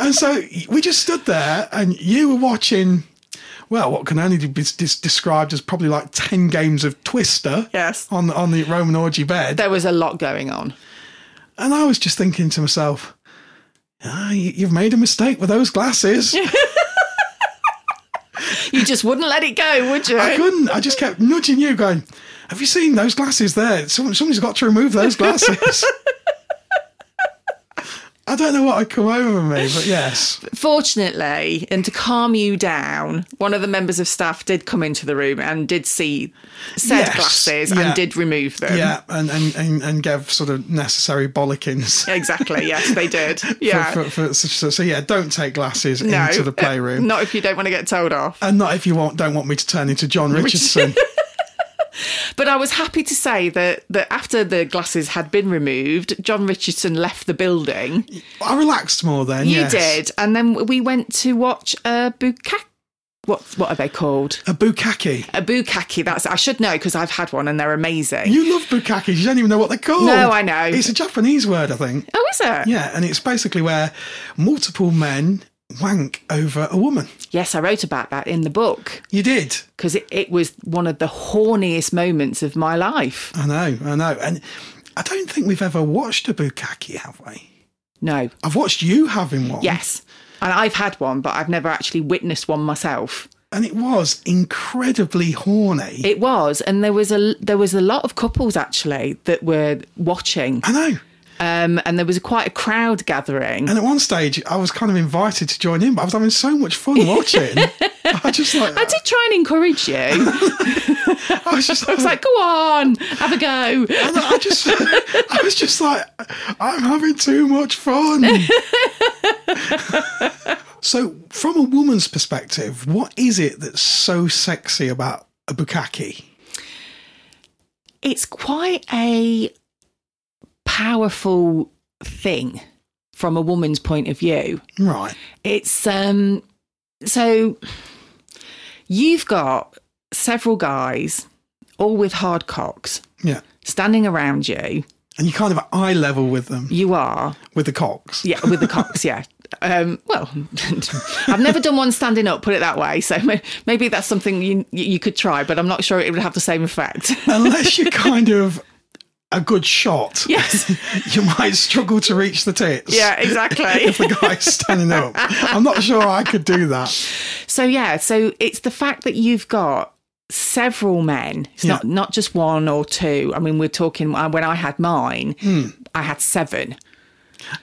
S2: and so we just stood there, and you were watching well, what can only be dis- described as probably like ten games of Twister.
S3: Yes.
S2: On the, on the Roman orgy bed,
S3: there was a lot going on.
S2: and I was just thinking to myself, ah, you, you've made a mistake with those glasses.
S3: You just wouldn't let it go, would you?
S2: I couldn't. I just kept nudging you, going, "Have you seen those glasses there? Someone, somebody's got to remove those glasses." I don't know what had come over me, but yes,
S3: Fortunately, and to calm you down, one of the members of staff did come into the room and did see said
S2: Yes,
S3: glasses
S2: yeah.
S3: and did remove them.
S2: yeah, and and and, and gave sort of necessary bollockings.
S3: Exactly. Yes, they did. Yeah.
S2: For, for, for, so, so yeah, don't take glasses
S3: no,
S2: into the playroom.
S3: Not if you don't want to get told off.
S2: And not if you want, don't want me to turn into John Richardson.
S3: But I was happy to say that that after the glasses had been removed, John Richardson left the building.
S2: I relaxed more then.
S3: You
S2: yes.
S3: did, and then we went to watch a bukkake. What what are they called?
S2: A bukkake.
S3: A bukkake. That's I should know because I've had one and they're amazing.
S2: You love bukkakes. You don't even know what they're called.
S3: No, I know.
S2: It's a Japanese word, I think.
S3: oh, is it?
S2: Yeah, and it's basically where multiple men wank over a woman.
S3: Yes, I wrote about that in the book
S2: You did.
S3: because it, it was one of the horniest moments of my life.
S2: I know. I know. And I don't think we've ever watched a bukkake, have we?
S3: No.
S2: I've watched you having one.
S3: Yes. And I've had one, but I've never actually witnessed one myself.
S2: And it was incredibly horny.
S3: It was, and there was a there was a lot of couples actually that were watching,
S2: I know.
S3: um, and there was quite a crowd gathering.
S2: And at one stage, I was kind of invited to join in, but I was having so much fun watching. I just like.
S3: I did try and encourage you. I
S2: I was just
S3: was like, "Go on, have a go."
S2: And I just, I was just like, I'm having too much fun. so, from a woman's perspective, what is it that's so sexy about a bukkake?
S3: It's quite a powerful thing from a woman's point of view.
S2: Right.
S3: It's um so you've got several guys, all with hard cocks,
S2: Yeah.
S3: standing around you.
S2: And you kind of eye level with them,
S3: You are
S2: with the cocks.
S3: Yeah, with the cocks. Yeah. Um, well, I've never done one standing up. Put it that way. So may- maybe that's something you you could try, but I'm not sure it would have the same effect.
S2: Unless you're kind of a good shot,
S3: Yes.
S2: you might struggle to reach the tits.
S3: Yeah. Exactly.
S2: If the guy's standing up, I'm not sure I could do that.
S3: so yeah. So it's the fact that you've got several men. It's not
S2: Yeah.
S3: not just one or two. I mean, we're talking. uh, When I had mine, I had seven.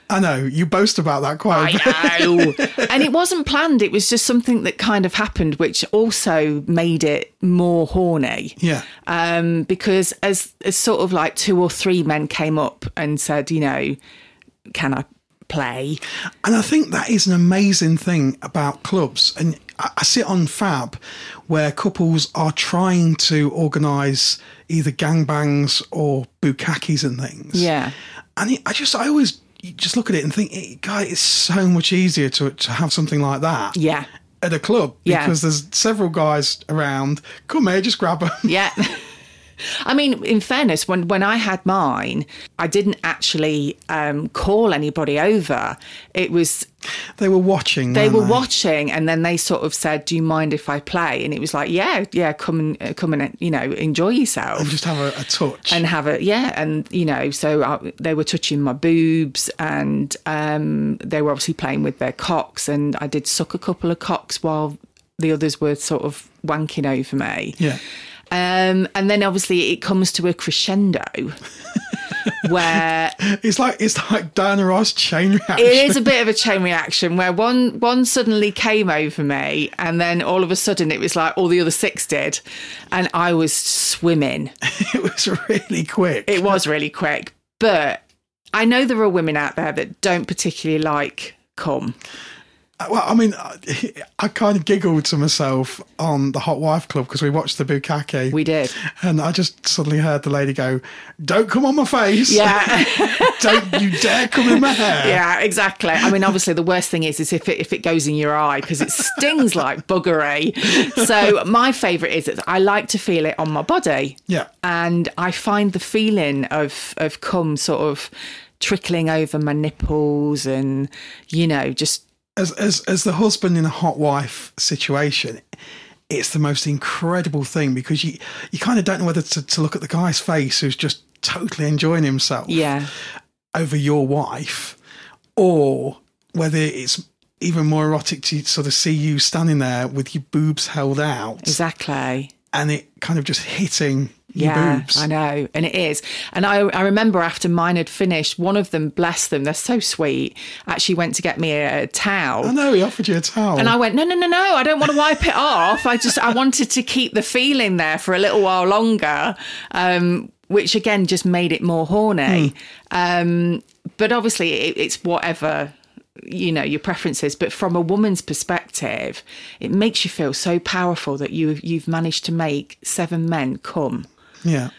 S2: I know you boast about that quite a bit.
S3: I know. and it wasn't planned. It was just something that kind of happened, which also made it more horny.
S2: Yeah.
S3: um, because as, as sort of like two or three men came up and said, you know, can I play.
S2: And I think that is an amazing thing about clubs. And I I sit on Fab where couples are trying to organise either gangbangs or bukakis and things.
S3: Yeah.
S2: And it- I just, I always just look at it and think, "It- God, it's so much easier to, to have something like that.
S3: Yeah.
S2: At a club
S3: Yeah.
S2: because there's several guys around. Come here, just grab them.
S3: Yeah. I mean, in fairness, when, when I had mine, I didn't actually um, call anybody over. It was
S2: They were watching.
S3: they
S2: weren't
S3: were watching, and then they sort of said, "Do you mind if I play?" And it was like, "Yeah, yeah, come and uh, come and you know enjoy yourself."
S2: And just have a, a touch.
S3: and have a yeah and you know so I, they were touching my boobs and um, they were obviously playing with their cocks and i did suck a couple of cocks while the others were sort of wanking over me
S2: yeah.
S3: um, and then obviously it comes to a crescendo where
S2: It's like it's like Diana Ross chain reaction.
S3: it is a bit of a chain reaction where one one suddenly came over me and then all of a sudden it was like all the other six did and i was swimming
S2: It was really quick.
S3: it was really quick. But I know there are women out there that don't particularly like cum.
S2: Well, I mean, I, I kind of giggled to myself on the Hot Wife Club because we watched the Bukake.
S3: We did.
S2: And I just suddenly heard the lady go, Don't come on my face.
S3: Yeah.
S2: Don't you dare come in my hair.
S3: yeah, exactly. I mean, obviously, the worst thing is is if it if it goes in your eye because it stings like buggery. So my favourite is that I like to feel it on my body.
S2: Yeah.
S3: and I find the feeling of of cum sort of trickling over my nipples and you know just
S2: As, as, as the husband in a hot wife situation, it's the most incredible thing because you, you kind of don't know whether to, to look at the guy's face who's just totally enjoying himself.
S3: yeah
S2: over your wife, or whether it's even more erotic to sort of see you standing there with your boobs held out
S3: exactly
S2: and it kind of just hitting your
S3: Yeah,
S2: boobs.
S3: I know, and it is. And I, I remember after mine had finished, one of them, bless them, they're so sweet, actually went to get me a, a towel.
S2: I know he offered you a towel.
S3: And I went, no, no, no, no, I don't want to wipe it off. I just, I wanted to keep the feeling there for a little while longer, um, which again just made it more horny. Um, but obviously, it, it's whatever you know your preferences but from a woman's perspective it makes you feel so powerful that you you've managed to make seven men come
S2: yeah.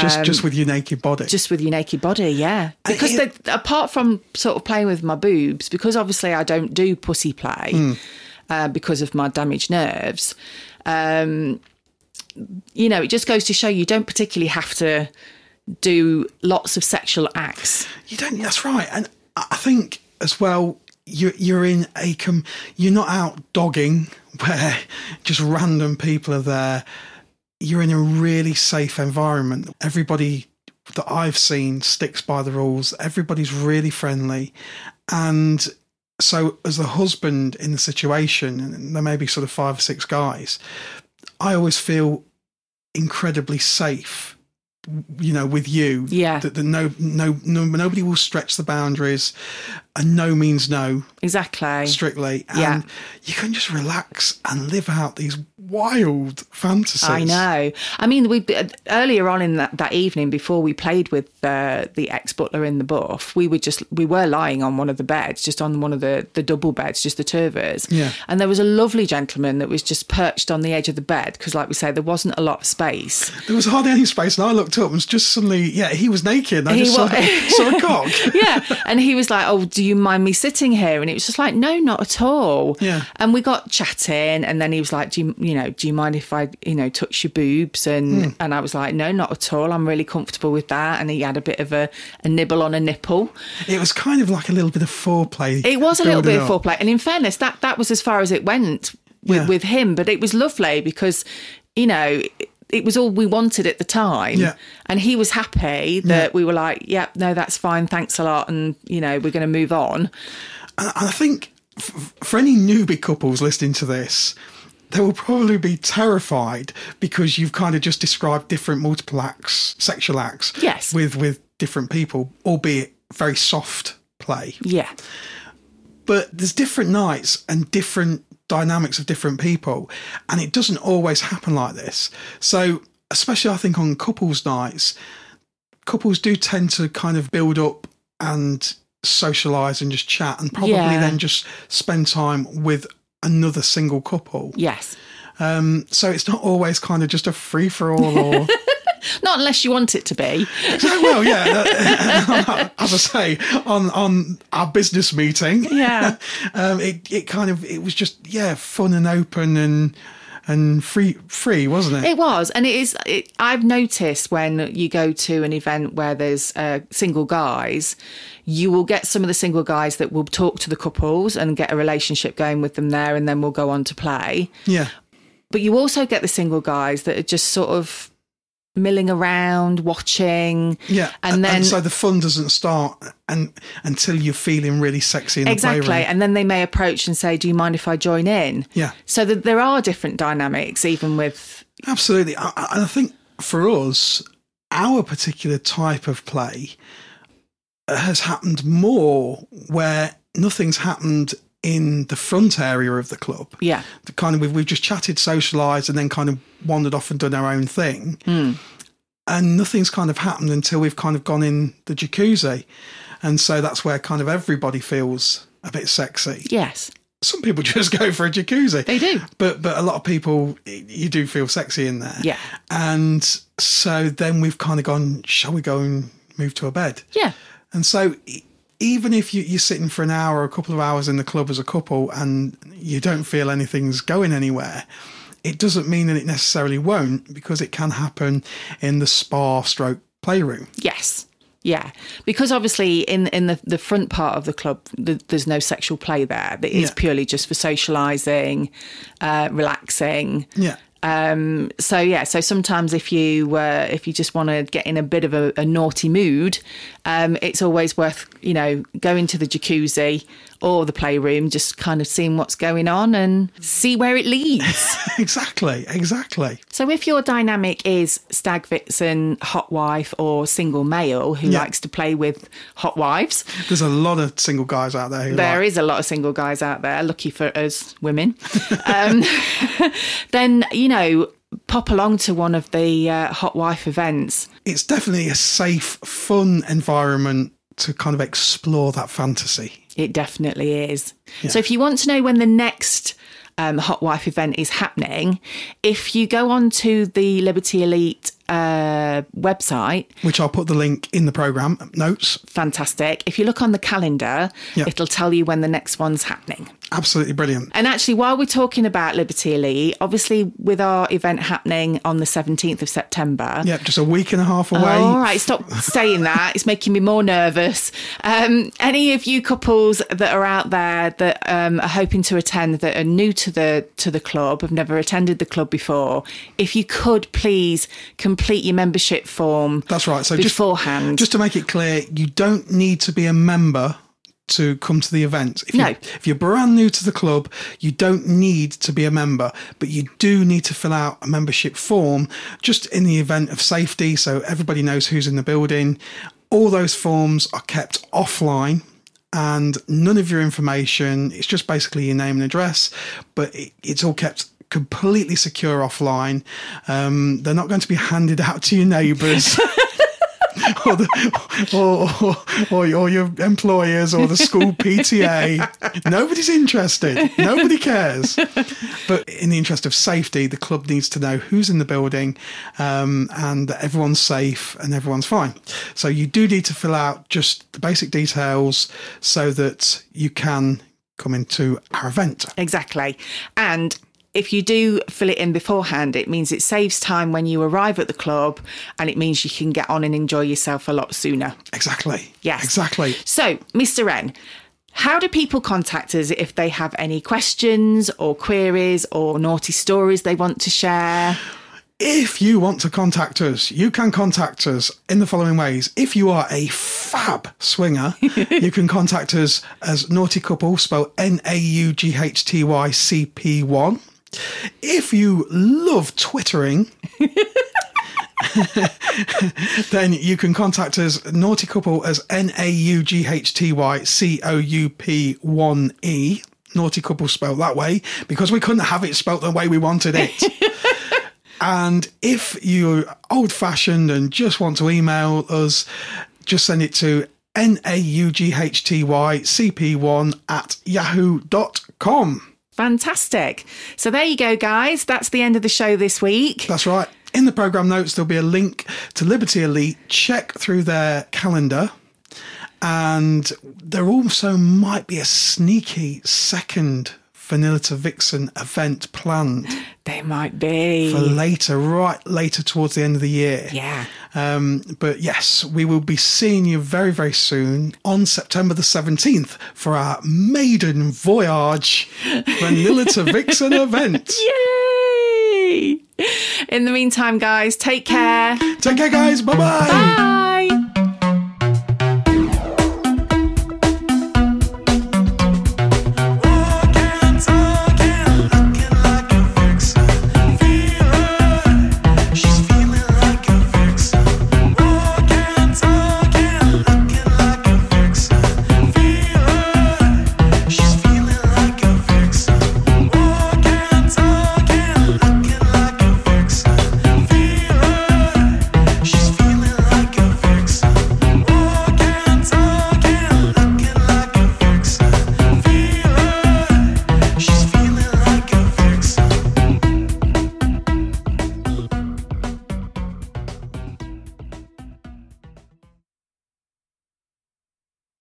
S2: Just just with your naked body.
S3: Um, just with your naked body, yeah.
S2: And
S3: Because
S2: it-
S3: they, apart from sort of playing with my boobs, because obviously I don't do pussy play uh, because of my damaged nerves. Um, you know, it just goes to show you don't particularly have to do lots of sexual acts.
S2: you don't that's right. And I I think as well you you're in a com- you're not out dogging where just random people are there. You're in a really safe environment. Everybody that I've seen sticks by the rules. Everybody's really friendly. And so, as the husband in the situation, and there may be sort of five or six guys, I always feel incredibly safe, you know, with you.
S3: Yeah.
S2: That, that no, no, no, nobody will stretch the boundaries, and no means no
S3: Exactly.
S2: strictly. And
S3: Yeah.
S2: you can just relax and live out these wild fantasies.
S3: I know. I mean, we uh, earlier on in that, that evening before we played with uh, the ex butler in the buff, we were just we were lying on one of the beds, just on one of the the double beds, just the two of us.
S2: Yeah.
S3: And there was a lovely gentleman that was just perched on the edge of the bed because, like we said, there wasn't a lot of space.
S2: There was hardly any space, and I looked up and was just suddenly, yeah, he was naked. And I
S3: He
S2: just saw,
S3: wa-
S2: saw a cock.
S3: yeah. And he was like, Oh, do you mind me sitting here? And it was just like, No, not at all.
S2: Yeah.
S3: And we got chatting and then he was like, Do you you know, do you mind if I, you know, touch your boobs? And and I was like, No, not at all. I'm really comfortable with that. And he had a bit of a, a nibble on a nipple.
S2: It was kind of like a little bit of foreplay.
S3: It was a little bit
S2: building
S3: of
S2: up.
S3: foreplay. And in fairness, that that was as far as it went with,
S2: Yeah.
S3: with him. But it was lovely because, you know, it, it was all we wanted at the time.
S2: Yeah.
S3: And he was happy that we were like, yep, no, that's fine. Thanks a lot. And, you know, we're going to move on.
S2: And I think f- for any newbie couples listening to this, they will probably be terrified because you've kind of just described different multiple acts, sexual acts,
S3: Yes.
S2: with with different people, albeit very soft play.
S3: Yeah.
S2: but there's different nights and different dynamics of different people and it doesn't always happen like this so especially i think on couples nights couples do tend to kind of build up and socialize and just chat and probably
S3: Yeah.
S2: then just spend time with another single couple.
S3: Yes.
S2: Um, so it's not always kind of just a free for all or.
S3: Not unless you want it to be.
S2: So, well, yeah. that- as I say, on on our business meeting,
S3: Yeah.
S2: um, it it kind of it was just yeah, fun and open and and free free, wasn't it?
S3: It was, and it is. It, I've noticed when you go to an event where there's uh, single guys, you will get some of the single guys that will talk to the couples and get a relationship going with them there, and then we'll go on to play.
S2: yeah,
S3: But you also get the single guys that are just sort of milling around, watching.
S2: yeah.
S3: and then
S2: so the fun doesn't start and until you're feeling really sexy in the
S3: exactly,
S2: playroom.
S3: and then they may approach and say, "Do you mind if I join in?"
S2: Yeah.
S3: So that there are different dynamics, even with
S2: Absolutely. I, I and I think for us, our particular type of play has happened more where nothing's happened in the front area of the club.
S3: yeah,
S2: The kind of we've, we've just chatted, socialised, and then kind of wandered off and done our own thing.
S3: Hmm.
S2: And nothing's kind of happened until we've kind of gone in the jacuzzi. And so that's where kind of everybody feels a bit sexy
S3: yes,
S2: some people just go for a jacuzzi.
S3: They do.
S2: But but a lot of people y- you do feel sexy in there.
S3: Yeah.
S2: And so then we've kind of gone, shall we go and move to a bed?
S3: yeah,
S2: And so e- even if you, you're sitting for an hour or a couple of hours in the club as a couple and you don't feel anything's going anywhere, it doesn't mean that it necessarily won't because it can happen in the spa stroke playroom.
S3: Yes. Yeah, because obviously in in the, the front part of the club, th there's no sexual play there. It is
S2: Yeah.
S3: purely just for socialising, uh, relaxing.
S2: Yeah.
S3: Um, so yeah, so sometimes if you uh, if you just want to get in a bit of a, a naughty mood, um, it's always worth you know going to the jacuzzi or the playroom, just kind of seeing what's going on and see where it leads.
S2: Exactly. Exactly.
S3: So, if your dynamic is stag vixen, hot wife, or single male who
S2: Yeah.
S3: likes to play with hot wives,
S2: There's a lot of single guys out there who
S3: there
S2: like,
S3: is a lot of single guys out there, lucky for us women, um, then, you know, pop along to one of the uh, hot wife events.
S2: it's definitely a safe, fun environment to kind of explore that fantasy.
S3: It definitely is. So, if you want to know when the next um, Hot Wife event is happening, if you go on to the Liberty Elite uh, website,
S2: Which I'll put the link in the program notes.
S3: fantastic. If you look on the calendar,
S2: Yeah.
S3: it'll tell you when the next one's happening.
S2: Absolutely brilliant.
S3: And actually, while we're talking about Liberty Elite, obviously, with our event happening on the 17th of September.
S2: Yep, just a week and a half away.
S3: All right, stop saying that. It's making me more nervous. Um, any of you couples that are out there that um, are hoping to attend, that are new to the to the club, have never attended the club before, if you could please complete your membership form
S2: That's right. So just
S3: beforehand.
S2: just to make it clear, you don't need to be a member to come to the event. If,
S3: No.
S2: you, if you're brand new to the club, you don't need to be a member, but you do need to fill out a membership form just in the event of safety so everybody knows who's in the building. All those forms are kept offline and none of your information, it's just basically your name and address, but it, it's all kept completely secure offline. Um, they're not going to be handed out to your neighbours or, the, or, or, or, or your employers or the school PTA. Nobody's interested. Nobody cares. But in the interest of safety, the club needs to know who's in the building um, and that everyone's safe and everyone's fine. So you do need to fill out just the basic details so that you can come into our event.
S3: Exactly. And if you do fill it in beforehand, it means it saves time when you arrive at the club and it means you can get on and enjoy yourself a lot sooner.
S2: Exactly.
S3: Yes.
S2: Exactly.
S3: So, Mr. Wren, how do people contact us if they have any questions or queries or naughty stories they want to share?
S2: If you want to contact us, you can contact us in the following ways. If you are a fab swinger, you can contact us as Naughty Couple, spelled N A U G H T Y C P 1. If you love twittering, then you can contact us Naughty Couple as N A U G H T Y C O U P 1 E. Naughty Couple spelled that way because we couldn't have it spelt the way we wanted it. And if you're old fashioned and just want to email us, just send it to N A U G H T Y C P 1 at yahoo.com.
S3: Fantastic. So there you go, guys. That's the end of the show this week.
S2: That's right. In the program notes, there'll be a link to Liberty Elite. Check through their calendar. And there also might be a sneaky second Vanilla to Vixen event planned
S3: They might
S2: for
S3: be.
S2: later, right later towards the end of the year.
S3: Yeah.
S2: Um, but yes, we will be seeing you very, very soon on September the 17th for our maiden voyage Vanilla to Vixen event.
S3: Yay! In the meantime, guys, take care.
S2: Take care, guys. Bye-bye.
S3: Bye.